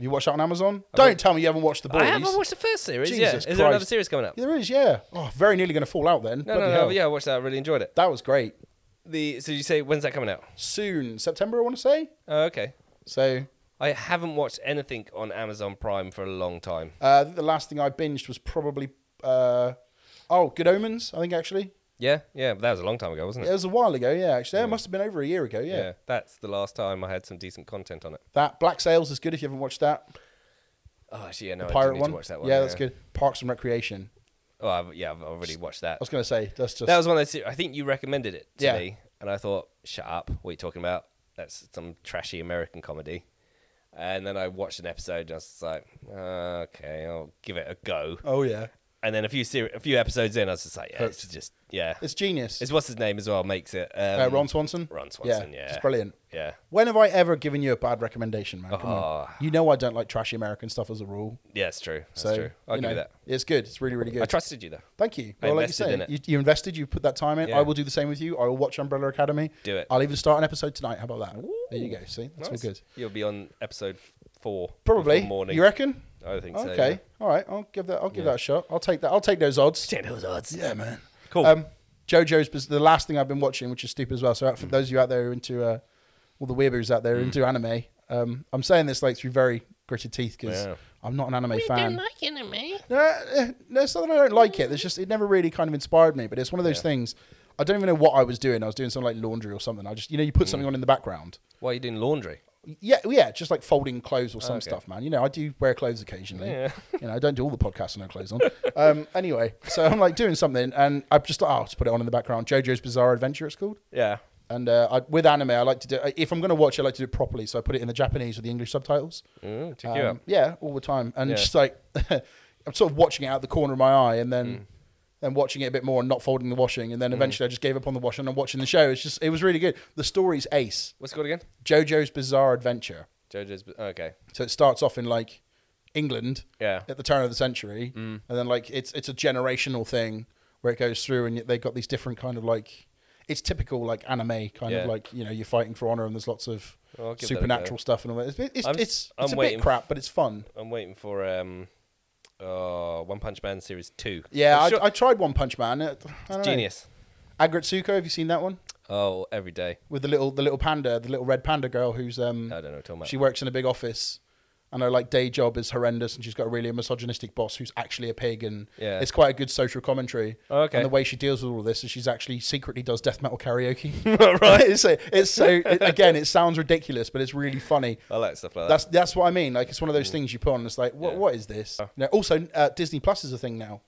Speaker 3: you watched that on Amazon? Don't tell me you haven't watched The Boys.
Speaker 4: I haven't watched the first series. yeah. Is
Speaker 3: Jesus
Speaker 4: there another
Speaker 3: Christ.
Speaker 4: series coming up?
Speaker 3: Yeah, there is, yeah. Oh, very nearly going to fall out then.
Speaker 4: No,
Speaker 3: Bloody
Speaker 4: no, no.
Speaker 3: hell.
Speaker 4: Yeah, I watched that. I really enjoyed it.
Speaker 3: That was great.
Speaker 4: The so you say when's that coming out?
Speaker 3: Soon, September, I want to say.
Speaker 4: Oh, okay.
Speaker 3: So
Speaker 4: I haven't watched anything on Amazon Prime for a long time.
Speaker 3: uh, I think the last thing I binged was probably, uh, oh, Good Omens, I think, actually.
Speaker 4: Yeah, yeah, but that was a long time ago, wasn't
Speaker 3: It
Speaker 4: it?
Speaker 3: was a while ago, yeah, actually. It must have been over a year ago, yeah.
Speaker 4: that's the last time I had some decent content on it.
Speaker 3: That Black Sails is good if you haven't watched that.
Speaker 4: Oh, actually, yeah, no, I do
Speaker 3: Pirate
Speaker 4: need
Speaker 3: one.
Speaker 4: to watch that one.
Speaker 3: Yeah, that's good. Parks and Recreation.
Speaker 4: Oh, I've, yeah, I've already watched that.
Speaker 3: I was going to say, that's just.
Speaker 4: That was one of those. se- I think you recommended it to
Speaker 3: Yeah.
Speaker 4: me, and I thought, "Shut up! What are you talking about? That's some trashy American comedy." And then I watched an episode, and I was just like, "Okay, I'll give it a go."
Speaker 3: oh, yeah.
Speaker 4: And then a few ser- a few episodes in, I was just like, yeah, it's
Speaker 3: Hooked.
Speaker 4: just yeah.
Speaker 3: It's genius.
Speaker 4: It's what's his name as well makes it. Um,
Speaker 3: uh, Ron Swanson.
Speaker 4: Ron Swanson, yeah.
Speaker 3: it's brilliant.
Speaker 4: Yeah.
Speaker 3: When have I ever given you a bad recommendation, man? Come on.
Speaker 4: Oh.
Speaker 3: You know I don't like trashy American stuff as a rule.
Speaker 4: Yeah, it's true. That's
Speaker 3: So
Speaker 4: true. I'll
Speaker 3: you
Speaker 4: give you
Speaker 3: know,
Speaker 4: that.
Speaker 3: It's good. It's really, really good.
Speaker 4: I trusted you though.
Speaker 3: Thank you.
Speaker 4: I
Speaker 3: Well, like you
Speaker 4: invested
Speaker 3: say,
Speaker 4: in it.
Speaker 3: you, you invested. You put that time in.
Speaker 4: Yeah.
Speaker 3: I will do the same with you. I will watch Umbrella Academy.
Speaker 4: Do it.
Speaker 3: I'll even start an episode tonight. How about that? There you go. See,
Speaker 4: Nice.
Speaker 3: that's all Oh, good.
Speaker 4: You'll be on episode four.
Speaker 3: Probably.
Speaker 4: before morning.
Speaker 3: You reckon?
Speaker 4: I think so.
Speaker 3: Okay. All right. I'll give that. I'll give that a shot. I'll take that. I'll take those odds.
Speaker 4: Take those odds.
Speaker 3: Yeah, man.
Speaker 4: Cool.
Speaker 3: Um, JoJo's bus- the last thing I've been watching, which is stupid as well. So
Speaker 4: Mm.
Speaker 3: for those of you out there who are into uh, all the weeaboos out there who are into anime, um, I'm saying this like through very gritted teeth because
Speaker 4: Yeah.
Speaker 3: I'm not an anime fan.
Speaker 5: don't like anime.
Speaker 3: No, eh, no, it's not that I don't like it. It's just it never really kind of inspired me. But it's one of those
Speaker 4: Yeah.
Speaker 3: things. I don't even know what I was doing. I was doing something like laundry or something. I just, you know, you
Speaker 4: Mm.
Speaker 3: put something on in the background.
Speaker 4: Why are you doing laundry?
Speaker 3: Yeah, yeah, just like folding clothes or some
Speaker 4: Okay.
Speaker 3: stuff, man. You know, I do wear clothes occasionally.
Speaker 4: Yeah.
Speaker 3: you know, I don't do all the podcasts with no clothes on. um, anyway, so I'm like doing something, and I just thought, oh, I'll just put it on in the background. JoJo's Bizarre Adventure, it's called.
Speaker 4: Yeah.
Speaker 3: And uh, I, with anime, I like to do. uh, If I'm going to watch, I like to do it properly. So I put it in the Japanese with the English subtitles. Um,
Speaker 4: Mm, check you out.
Speaker 3: Yeah, all the time, and
Speaker 4: Yeah.
Speaker 3: just like I'm sort of watching it out the corner of my eye, and then
Speaker 4: Mm.
Speaker 3: then watching it a bit more and not folding the washing, and then eventually I just gave up on the washing and I'm watching the show. It's just it was really good. The story's ace.
Speaker 4: What's it called again?
Speaker 3: JoJo's Bizarre Adventure.
Speaker 4: JoJo's. Okay.
Speaker 3: So it starts off in like England,
Speaker 4: Yeah. Mm.
Speaker 3: at the turn of the century, and then like it's it's a generational thing where it goes through, and they got these different kind of like it's typical like anime kind
Speaker 4: Yeah.
Speaker 3: of like you know you're fighting for honor, and there's lots of
Speaker 4: Well, I'll give that a go.
Speaker 3: supernatural stuff and all that. It's it's,
Speaker 4: I'm
Speaker 3: it's,
Speaker 4: s-
Speaker 3: it's,
Speaker 4: I'm
Speaker 3: a
Speaker 4: waiting
Speaker 3: bit crap, but it's fun.
Speaker 4: I'm waiting for um, oh, One Punch Man series two.
Speaker 3: Yeah,
Speaker 4: I'm
Speaker 3: I,
Speaker 4: sure-
Speaker 3: I tried One Punch Man. It, I don't know.
Speaker 4: genius.
Speaker 3: Agretsuko, have you seen that one
Speaker 4: Oh, every day.
Speaker 3: with the little the little panda, the little red panda girl who's um
Speaker 4: I don't know what you're talking about.
Speaker 3: she works in a big office. And her like day job is horrendous, and she's got a really misogynistic boss who's actually a pig, and
Speaker 4: Yeah.
Speaker 3: it's quite a good social commentary.
Speaker 4: Oh, okay.
Speaker 3: And the way she deals with all this is she's actually secretly does death metal karaoke. right. it's so, it's so it, again, it sounds ridiculous, but it's really funny.
Speaker 4: I like stuff like
Speaker 3: That's
Speaker 4: that. Mm.
Speaker 3: that's what I mean. Like it's one of those things you put on. And it's like what
Speaker 4: Yeah.
Speaker 3: what is this? Now, also, uh, Disney Plus is a thing now,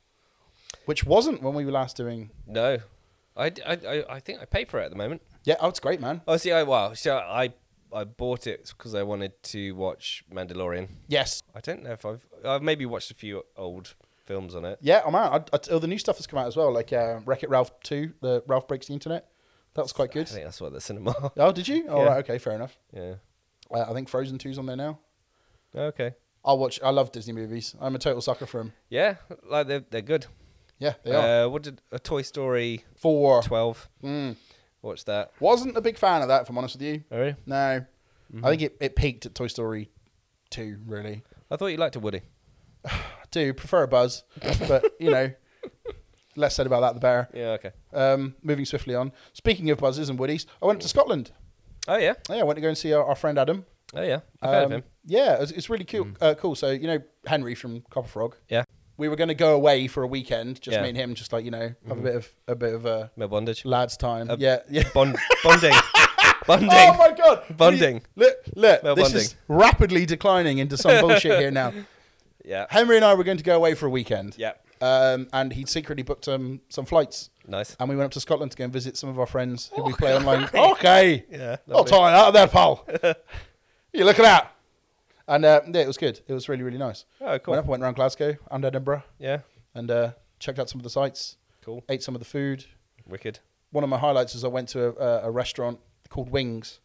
Speaker 3: which wasn't when we were last doing.
Speaker 4: No, I, d- I- I- I think I pay for it at the moment.
Speaker 3: Yeah, oh, it's great, man.
Speaker 4: Oh, see, I well, so I I bought it because I wanted to watch Mandalorian.
Speaker 3: Yes.
Speaker 4: I don't know if I've I've maybe watched a few old films on it.
Speaker 3: Yeah, I'm out. I, I, all the new stuff has come out as well, like uh, Wreck It Ralph Two, the Ralph Breaks the Internet. That was quite
Speaker 4: I
Speaker 3: good.
Speaker 4: think that's what the cinema.
Speaker 3: Oh, did you? All right,
Speaker 4: Yeah.
Speaker 3: okay, fair enough.
Speaker 4: yeah.
Speaker 3: Uh, I think Frozen 2's on there now.
Speaker 4: Okay.
Speaker 3: I'll watch. I love Disney movies. I'm a total sucker for them.
Speaker 4: Yeah, like they're they're good.
Speaker 3: Yeah, they are.
Speaker 4: Uh, what did a Toy Story
Speaker 3: Four.
Speaker 4: twelve?
Speaker 3: Mm.
Speaker 4: Watch that.
Speaker 3: Wasn't a big fan of that, if I'm honest with you.
Speaker 4: Oh, really?
Speaker 3: No, I think it, it peaked at Toy Story two. Really,
Speaker 4: I thought you liked a Woody.
Speaker 3: I do prefer a Buzz, but you know, less said about that the better.
Speaker 4: Yeah. Okay.
Speaker 3: Um, moving swiftly on. Speaking of buzzes and woodies, I went to Scotland.
Speaker 4: Oh yeah.
Speaker 3: Yeah, I went to go and see our, our friend Adam.
Speaker 4: Oh yeah. I've heard of
Speaker 3: Um,
Speaker 4: him. Hmm.
Speaker 3: Yeah, it's, it's really cool. Uh, cool. So you know Henry from Copper Frog.
Speaker 4: Yeah.
Speaker 3: We were going to go away for a weekend, just
Speaker 4: Yeah. Hmm.
Speaker 3: me and him, just like you know, have a bit of a bit of uh,
Speaker 4: Mel Bondage.
Speaker 3: lads time.
Speaker 4: Uh,
Speaker 3: yeah, yeah.
Speaker 4: Bond bonding. bonding.
Speaker 3: Oh my god,
Speaker 4: Bonding.
Speaker 3: Look, look,
Speaker 4: Well,
Speaker 3: this is rapidly declining into some bullshit here now.
Speaker 4: yeah.
Speaker 3: Henry and I were going to go away for a weekend.
Speaker 4: Yeah.
Speaker 3: Um, and he'd secretly booked um, some flights.
Speaker 4: Nice.
Speaker 3: And we went up to Scotland to go and visit some of our friends who we play online. Okay.
Speaker 4: Yeah,
Speaker 3: I'll
Speaker 4: lovely.
Speaker 3: tie that up there, pal. you look at that. And uh, yeah, it was good. It was really, really nice.
Speaker 4: Oh, cool.
Speaker 3: Went up, went around Glasgow and Edinburgh
Speaker 4: Yeah.
Speaker 3: and uh, checked out some of the sites,
Speaker 4: Cool.
Speaker 3: ate some of the food.
Speaker 4: Wicked.
Speaker 3: One of my highlights is I went to a, a restaurant called Wings,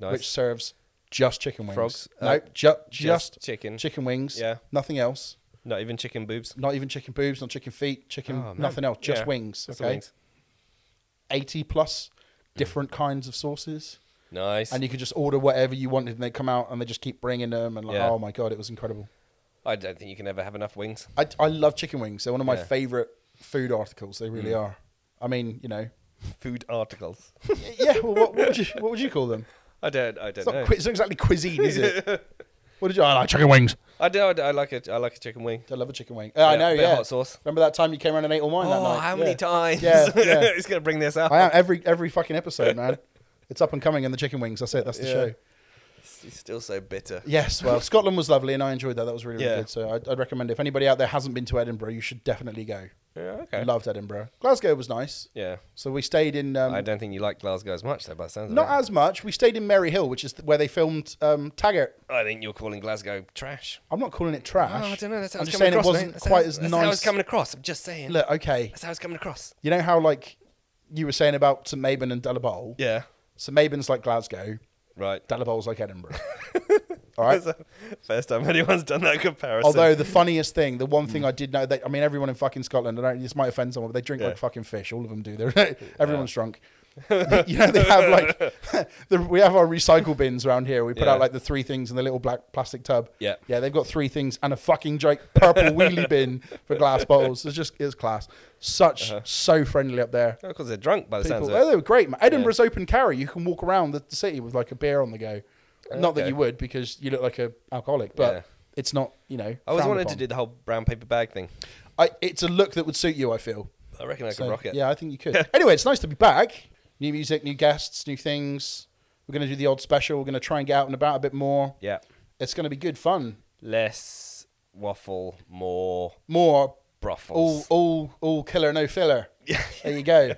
Speaker 4: Nice.
Speaker 3: which serves just chicken wings.
Speaker 4: Frogs?
Speaker 3: No,
Speaker 4: Uh,
Speaker 3: ju- just,
Speaker 4: just chicken.
Speaker 3: Chicken wings.
Speaker 4: Yeah.
Speaker 3: Nothing else.
Speaker 4: Not even chicken boobs.
Speaker 3: Not even chicken boobs, not chicken feet, chicken,
Speaker 4: Oh, man.
Speaker 3: nothing else, just
Speaker 4: Yeah,
Speaker 3: wings.
Speaker 4: just the
Speaker 3: okay.
Speaker 4: wings.
Speaker 3: 80 plus different kinds of sauces.
Speaker 4: Nice.
Speaker 3: And you could just order whatever you wanted and they come out and they just keep bringing them. And like,
Speaker 4: Yeah.
Speaker 3: oh my God, it was incredible.
Speaker 4: I don't think you can ever have enough wings.
Speaker 3: I, I love chicken wings. They're one of my
Speaker 4: Yeah. Mm.
Speaker 3: favorite food articles. They really are. I mean, you know.
Speaker 4: Food articles.
Speaker 3: Yeah, well, what, what, would you, what would you call them?
Speaker 4: I don't. I don't
Speaker 3: It's not,
Speaker 4: know.
Speaker 3: qui- it's not exactly cuisine, is it? what did you? I like chicken wings.
Speaker 4: I do. I, do- I like a. I like a chicken wing.
Speaker 3: I love a chicken wing. Uh, I
Speaker 4: Yeah,
Speaker 3: know,
Speaker 4: bit of
Speaker 3: yeah.
Speaker 4: hot sauce.
Speaker 3: Remember that time you came around and ate all mine that
Speaker 4: Oh,
Speaker 3: night?
Speaker 4: how
Speaker 3: Yeah.
Speaker 4: many times?
Speaker 3: Yeah, yeah.
Speaker 4: it's gonna bring this up.
Speaker 3: I am every every fucking episode, man. It's up and coming in the chicken wings. That's it. That's the
Speaker 4: Yeah.
Speaker 3: show.
Speaker 4: It's still so bitter.
Speaker 3: Yes, well, Scotland was lovely, and I enjoyed that. That was really, really
Speaker 4: Yeah.
Speaker 3: good. So I'd, I'd recommend if anybody out there hasn't been to Edinburgh, you should definitely go.
Speaker 4: Yeah, okay.
Speaker 3: Loved Edinburgh. Glasgow was nice.
Speaker 4: yeah.
Speaker 3: So we stayed in. Um,
Speaker 4: I don't think you like Glasgow as much, though, by the sounds
Speaker 3: not
Speaker 4: of
Speaker 3: as much. We stayed in Mary Hill, which is th- where they filmed um, Taggart.
Speaker 4: it. I think you're calling Glasgow trash.
Speaker 3: I'm not calling it trash.
Speaker 4: Oh, I don't know. That's how
Speaker 3: I'm
Speaker 4: it's
Speaker 3: just
Speaker 4: coming
Speaker 3: saying
Speaker 4: across,
Speaker 3: it wasn't
Speaker 4: mate. That's
Speaker 3: quite
Speaker 4: how,
Speaker 3: as
Speaker 4: that's
Speaker 3: nice.
Speaker 4: how it's coming across. I'm just saying.
Speaker 3: Look, okay.
Speaker 4: That's how it's coming across.
Speaker 3: You know how like you were saying about St Maben and Dalibol.
Speaker 4: Yeah.
Speaker 3: St Maben's like Glasgow.
Speaker 4: Right.
Speaker 3: Dalibol's like Edinburgh. All right.
Speaker 4: That's the first time anyone's done that comparison. Mm.
Speaker 3: Although the funniest thing, the one thing I did know, they, I mean, everyone in fucking Scotland, I don't, this might offend someone, but they drink
Speaker 4: Yeah.
Speaker 3: like fucking fish. All of them do. They're, everyone's drunk. you know, they have like, the, we have our recycle bins around here. We put
Speaker 4: Yeah.
Speaker 3: out like the three things in the little black plastic tub.
Speaker 4: Yeah.
Speaker 3: Yeah, they've got three things and a fucking Drake purple wheelie bin for glass bottles. It's just, it's class. Such,
Speaker 4: Uh-huh.
Speaker 3: so friendly up there.
Speaker 4: because they're drunk by the
Speaker 3: People,
Speaker 4: sounds of
Speaker 3: oh,
Speaker 4: it.
Speaker 3: they were great, man. Edinburgh's open carry. You can walk around the city with like a beer on the go. Not that
Speaker 4: Okay.
Speaker 3: you would because you look like a alcoholic, but
Speaker 4: Yeah.
Speaker 3: it's not, you know.
Speaker 4: I always
Speaker 3: frowned
Speaker 4: wanted
Speaker 3: upon.
Speaker 4: to do the whole brown paper bag thing.
Speaker 3: I, it's a look that would suit you, I feel.
Speaker 4: I reckon I could
Speaker 3: So,
Speaker 4: rock it.
Speaker 3: Yeah, I think you could. anyway, it's nice to be back. New music, new guests, new things. We're going to do the odd special. We're going to try and get out and about a bit more.
Speaker 4: Yeah.
Speaker 3: It's going to be good fun.
Speaker 4: Less waffle, more
Speaker 3: More all
Speaker 4: brothels.
Speaker 3: all all killer no filler. there you go.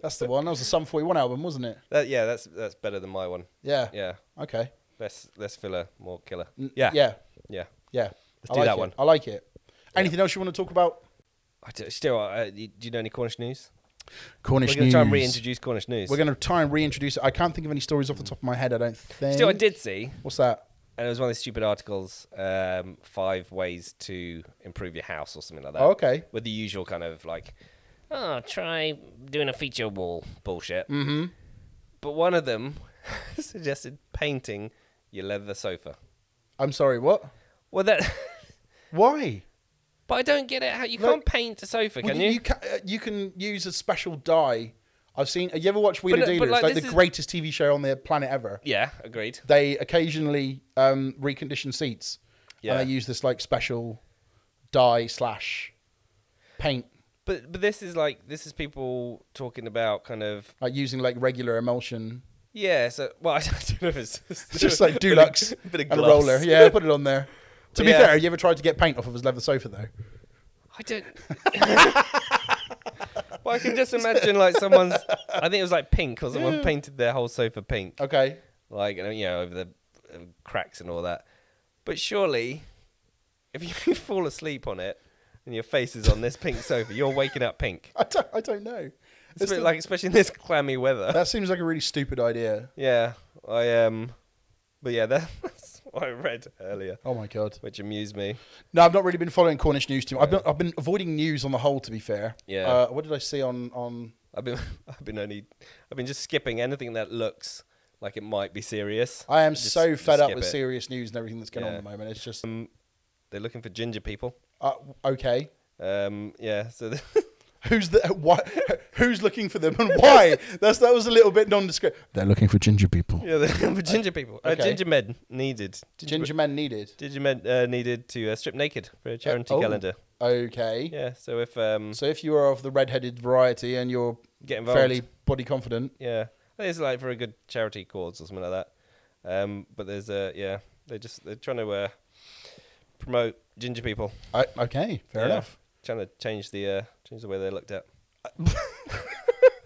Speaker 3: That's the one. That was the Sum 41 album, wasn't it?
Speaker 4: That- yeah, that's that's better than my one.
Speaker 3: Yeah.
Speaker 4: Yeah.
Speaker 3: Okay.
Speaker 4: Less less filler, more killer.
Speaker 3: N-
Speaker 4: Yeah.
Speaker 3: Yeah.
Speaker 4: Yeah.
Speaker 3: Yeah.
Speaker 4: Let's
Speaker 3: I
Speaker 4: do
Speaker 3: like
Speaker 4: that
Speaker 3: it.
Speaker 4: one.
Speaker 3: I like it. Anything else you want to talk about?
Speaker 4: I do, still, uh, you- do you know any Cornish news?
Speaker 3: Cornish
Speaker 4: We're going to try and reintroduce Cornish news.
Speaker 3: We're going to try and reintroduce it. I can't think of any stories off the top of my head. I don't think.
Speaker 4: Still, I did see,
Speaker 3: What's that?
Speaker 4: and it was one of these stupid articles, um, five ways to improve your house or something like that.
Speaker 3: Oh, okay.
Speaker 4: With the usual kind of like, oh, try doing a feature wall bullshit. Mm-hmm. But one of them suggested painting your leather sofa.
Speaker 3: I'm sorry. What?
Speaker 4: Well, that.
Speaker 3: Why?
Speaker 4: but I don't get it. How you
Speaker 3: Like-
Speaker 4: can't paint a sofa,
Speaker 3: Well,
Speaker 4: can you?
Speaker 3: You can, uh, you can use a special dye. I've seen. You ever watch Wheeler
Speaker 4: no, but,
Speaker 3: Dealer?
Speaker 4: like,
Speaker 3: it's like
Speaker 4: this
Speaker 3: the
Speaker 4: is-
Speaker 3: greatest TV show on the planet ever.
Speaker 4: Yeah, agreed.
Speaker 3: They occasionally um, recondition seats,
Speaker 4: Yeah.
Speaker 3: and they use this like special dye slash paint,
Speaker 4: But but this is like this is people talking about kind of
Speaker 3: like using like regular emulsion.
Speaker 4: yeah. So well, I don't know if it's
Speaker 3: It's just like Dulux
Speaker 4: bit of, bit of
Speaker 3: and a
Speaker 4: gloss.
Speaker 3: roller. Yeah, put it on there. To
Speaker 4: But
Speaker 3: be
Speaker 4: yeah.
Speaker 3: fair, have you ever tried to get paint off of his leather sofa though?
Speaker 4: I don't. well, I can just imagine like someone's. I think it was like pink, or someone painted their whole sofa pink,
Speaker 3: Okay.
Speaker 4: like you know over the uh, cracks and all that. But surely, if you fall asleep on it and your face is on this pink sofa, you're waking up pink.
Speaker 3: I don't. I don't know.
Speaker 4: It's a
Speaker 3: It's
Speaker 4: bit
Speaker 3: the-
Speaker 4: like especially in this clammy weather.
Speaker 3: that seems like a really stupid idea.
Speaker 4: Yeah, I um, but yeah, that- that's what I read earlier,
Speaker 3: Oh my god.
Speaker 4: which amused me.
Speaker 3: No, I've not really been following Cornish news too. much. I've been I've been avoiding news on the whole. To be fair,
Speaker 4: Yeah.
Speaker 3: Uh, what did I see on on?
Speaker 4: I've been, I've been only, I've been just skipping anything that looks like it might be serious.
Speaker 3: I am
Speaker 4: Just-
Speaker 3: so
Speaker 4: just
Speaker 3: fed up
Speaker 4: skip
Speaker 3: with
Speaker 4: it.
Speaker 3: serious news and everything that's going on
Speaker 4: Yeah.
Speaker 3: at the moment. It's just
Speaker 4: They're looking for ginger people.
Speaker 3: uh, okay.
Speaker 4: Um, yeah, so the,
Speaker 3: Who's the what? Who's looking for them and why? That's that was a little bit nondescript. They're looking for ginger people.
Speaker 4: yeah, they're looking for ginger people. Uh,
Speaker 3: okay.
Speaker 4: ginger men needed.
Speaker 3: Ginger men needed.
Speaker 4: Ginger men uh, needed to uh, strip naked for a charity
Speaker 3: oh.
Speaker 4: calendar.
Speaker 3: Okay.
Speaker 4: Yeah, so if um,
Speaker 3: So if you are of the redheaded variety and you're
Speaker 4: Get involved.
Speaker 3: fairly body confident,
Speaker 4: yeah, I think it's like for a good charity cause or something like that. Um, but there's uh, yeah, they're just they're trying to uh, promote ginger people.
Speaker 3: I, okay, fair
Speaker 4: Yeah.
Speaker 3: enough.
Speaker 4: Trying to change the uh, change the way they looked at.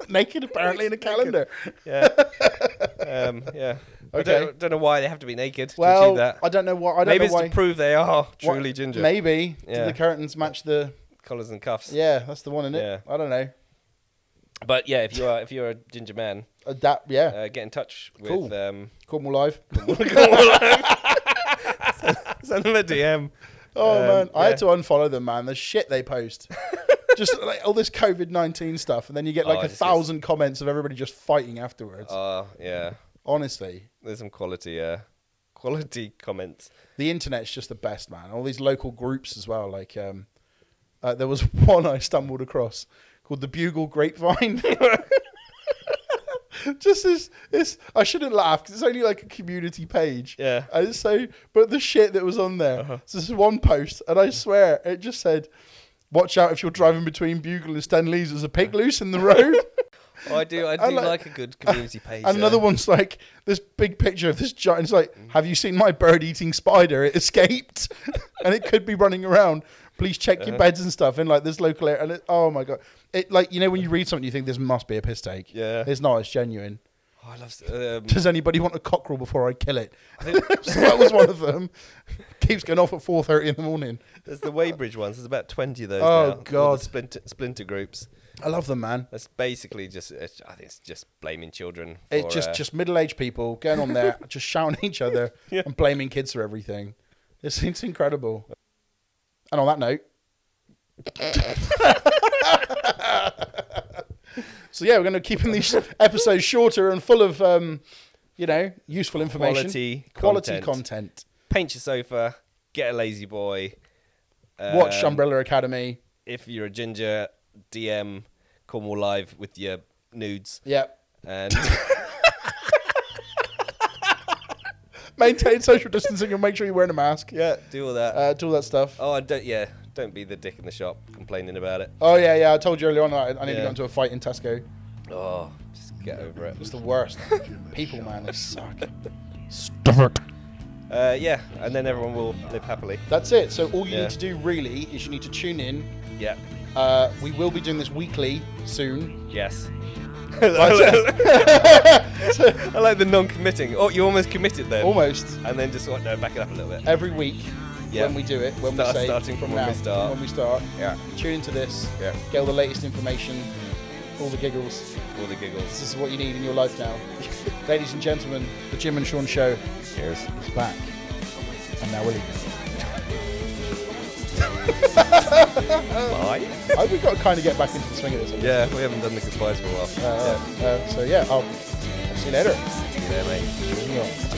Speaker 3: Naked apparently in a calendar.
Speaker 4: Yeah. um, yeah. I
Speaker 3: Okay.
Speaker 4: don't, don't know why they have to be naked to
Speaker 3: Well,
Speaker 4: achieve that.
Speaker 3: I don't know what. I don't
Speaker 4: Maybe
Speaker 3: know
Speaker 4: it's
Speaker 3: why.
Speaker 4: to prove they are
Speaker 3: What-
Speaker 4: truly ginger.
Speaker 3: Maybe. Do
Speaker 4: Yeah.
Speaker 3: the curtains match the?
Speaker 4: Collars and cuffs.
Speaker 3: Yeah, that's the one in it.
Speaker 4: Yeah.
Speaker 3: I don't know.
Speaker 4: But yeah, if you are if you're a ginger man,
Speaker 3: Adapt. Yeah.
Speaker 4: uh, get in touch with
Speaker 3: Cool.
Speaker 4: um
Speaker 3: Cornwall Live.
Speaker 4: send them a DM.
Speaker 3: Oh
Speaker 4: Um,
Speaker 3: man, I had
Speaker 4: yeah.
Speaker 3: to unfollow them, man. The shit they post. just like all this COVID nineteen stuff, and then you get like
Speaker 4: Oh,
Speaker 3: a
Speaker 4: it's just-
Speaker 3: thousand comments of everybody just fighting afterwards.
Speaker 4: Oh yeah.
Speaker 3: Honestly,
Speaker 4: There's some quality uh quality comments.
Speaker 3: the internet's just the best, man. All these local groups as well. Like, um, uh, there was one I stumbled across called the Bugle Grapevine. just this, this. I shouldn't laugh because it's only like a community page.
Speaker 4: Yeah.
Speaker 3: And it's so, but the shit that was on there. So this is one post, and I swear it just said, "Watch out if you're driving between Bugle and Stanley's. There's a pig loose in the road."
Speaker 4: Oh, I do I do
Speaker 3: I like-
Speaker 4: like, a good community page.
Speaker 3: And another
Speaker 4: uh,
Speaker 3: one's like this big picture of this giant. It's like, have you seen my bird eating spider? It escaped, and it could be running around. Please check
Speaker 4: Uh-huh.
Speaker 3: your beds and stuff. And like this local area, and it, oh my god, it like you know when you read something, you think this must be a piss take.
Speaker 4: Yeah.
Speaker 3: it's not. It's genuine.
Speaker 4: Oh, I love. s- Um,
Speaker 3: Does anybody want a cockerel before I kill it? so that was one of them. Keeps going off at four thirty in the morning.
Speaker 4: there's the Weybridge ones. There's about twenty of those.
Speaker 3: Oh,
Speaker 4: now, with the
Speaker 3: God.
Speaker 4: splinter, splinter groups.
Speaker 3: I love them, man.
Speaker 4: That's basically just. It's, I think it's just blaming children. For,
Speaker 3: It's just
Speaker 4: uh,
Speaker 3: just middle aged people going on there, just shouting at each other and blaming kids for everything. It's, it's incredible. And on that note, so yeah, we're going to keep in these episodes shorter and full of, um, you know, useful information,
Speaker 4: Quality
Speaker 3: quality
Speaker 4: content.
Speaker 3: content.
Speaker 4: paint your sofa, get a lazy boy.
Speaker 3: Watch
Speaker 4: um,
Speaker 3: Umbrella Academy.
Speaker 4: If you're a ginger, DM Cornwall Live with your nudes.
Speaker 3: Yep.
Speaker 4: And
Speaker 3: Maintain social distancing and make sure you're wearing a mask.
Speaker 4: yeah, do all that.
Speaker 3: Uh, do all that stuff.
Speaker 4: oh, and don't yeah, don't be the dick in the shop complaining about it.
Speaker 3: Oh yeah, yeah. I told you earlier on. I, I nearly
Speaker 4: Yeah.
Speaker 3: got into a fight in Tesco.
Speaker 4: Oh, just get over it.
Speaker 3: It's the worst. People, man, they suck.
Speaker 4: Uh, yeah, and then everyone will live happily.
Speaker 3: That's it. So all you
Speaker 4: Yeah.
Speaker 3: need to do really is you need to tune in.
Speaker 4: Yeah.
Speaker 3: Uh, we will be doing this weekly soon.
Speaker 4: Yes. I like the non-committing. Oh, you almost committed then.
Speaker 3: Almost
Speaker 4: And then just like no, back it up a little bit.
Speaker 3: every week
Speaker 4: Yeah.
Speaker 3: when we do it, when
Speaker 4: Start-
Speaker 3: we say
Speaker 4: starting from when
Speaker 3: now,
Speaker 4: we start.
Speaker 3: from when we start.
Speaker 4: Yeah.
Speaker 3: Tune into this.
Speaker 4: Yeah.
Speaker 3: Get all the latest information, all the giggles.
Speaker 4: All the giggles.
Speaker 3: This is what you need in your life now, ladies and gentlemen. The Jim and Sean Show
Speaker 4: Cheers.
Speaker 3: is back, and now we're leaving.
Speaker 4: Bye.
Speaker 3: I, we've got to kind of get back into the swing of this. I guess.
Speaker 4: yeah, we haven't done the goodbyes for a while.
Speaker 3: Uh, uh, so yeah, I'll, I'll see you later.
Speaker 4: yeah. See you there, mate.
Speaker 3: Yeah.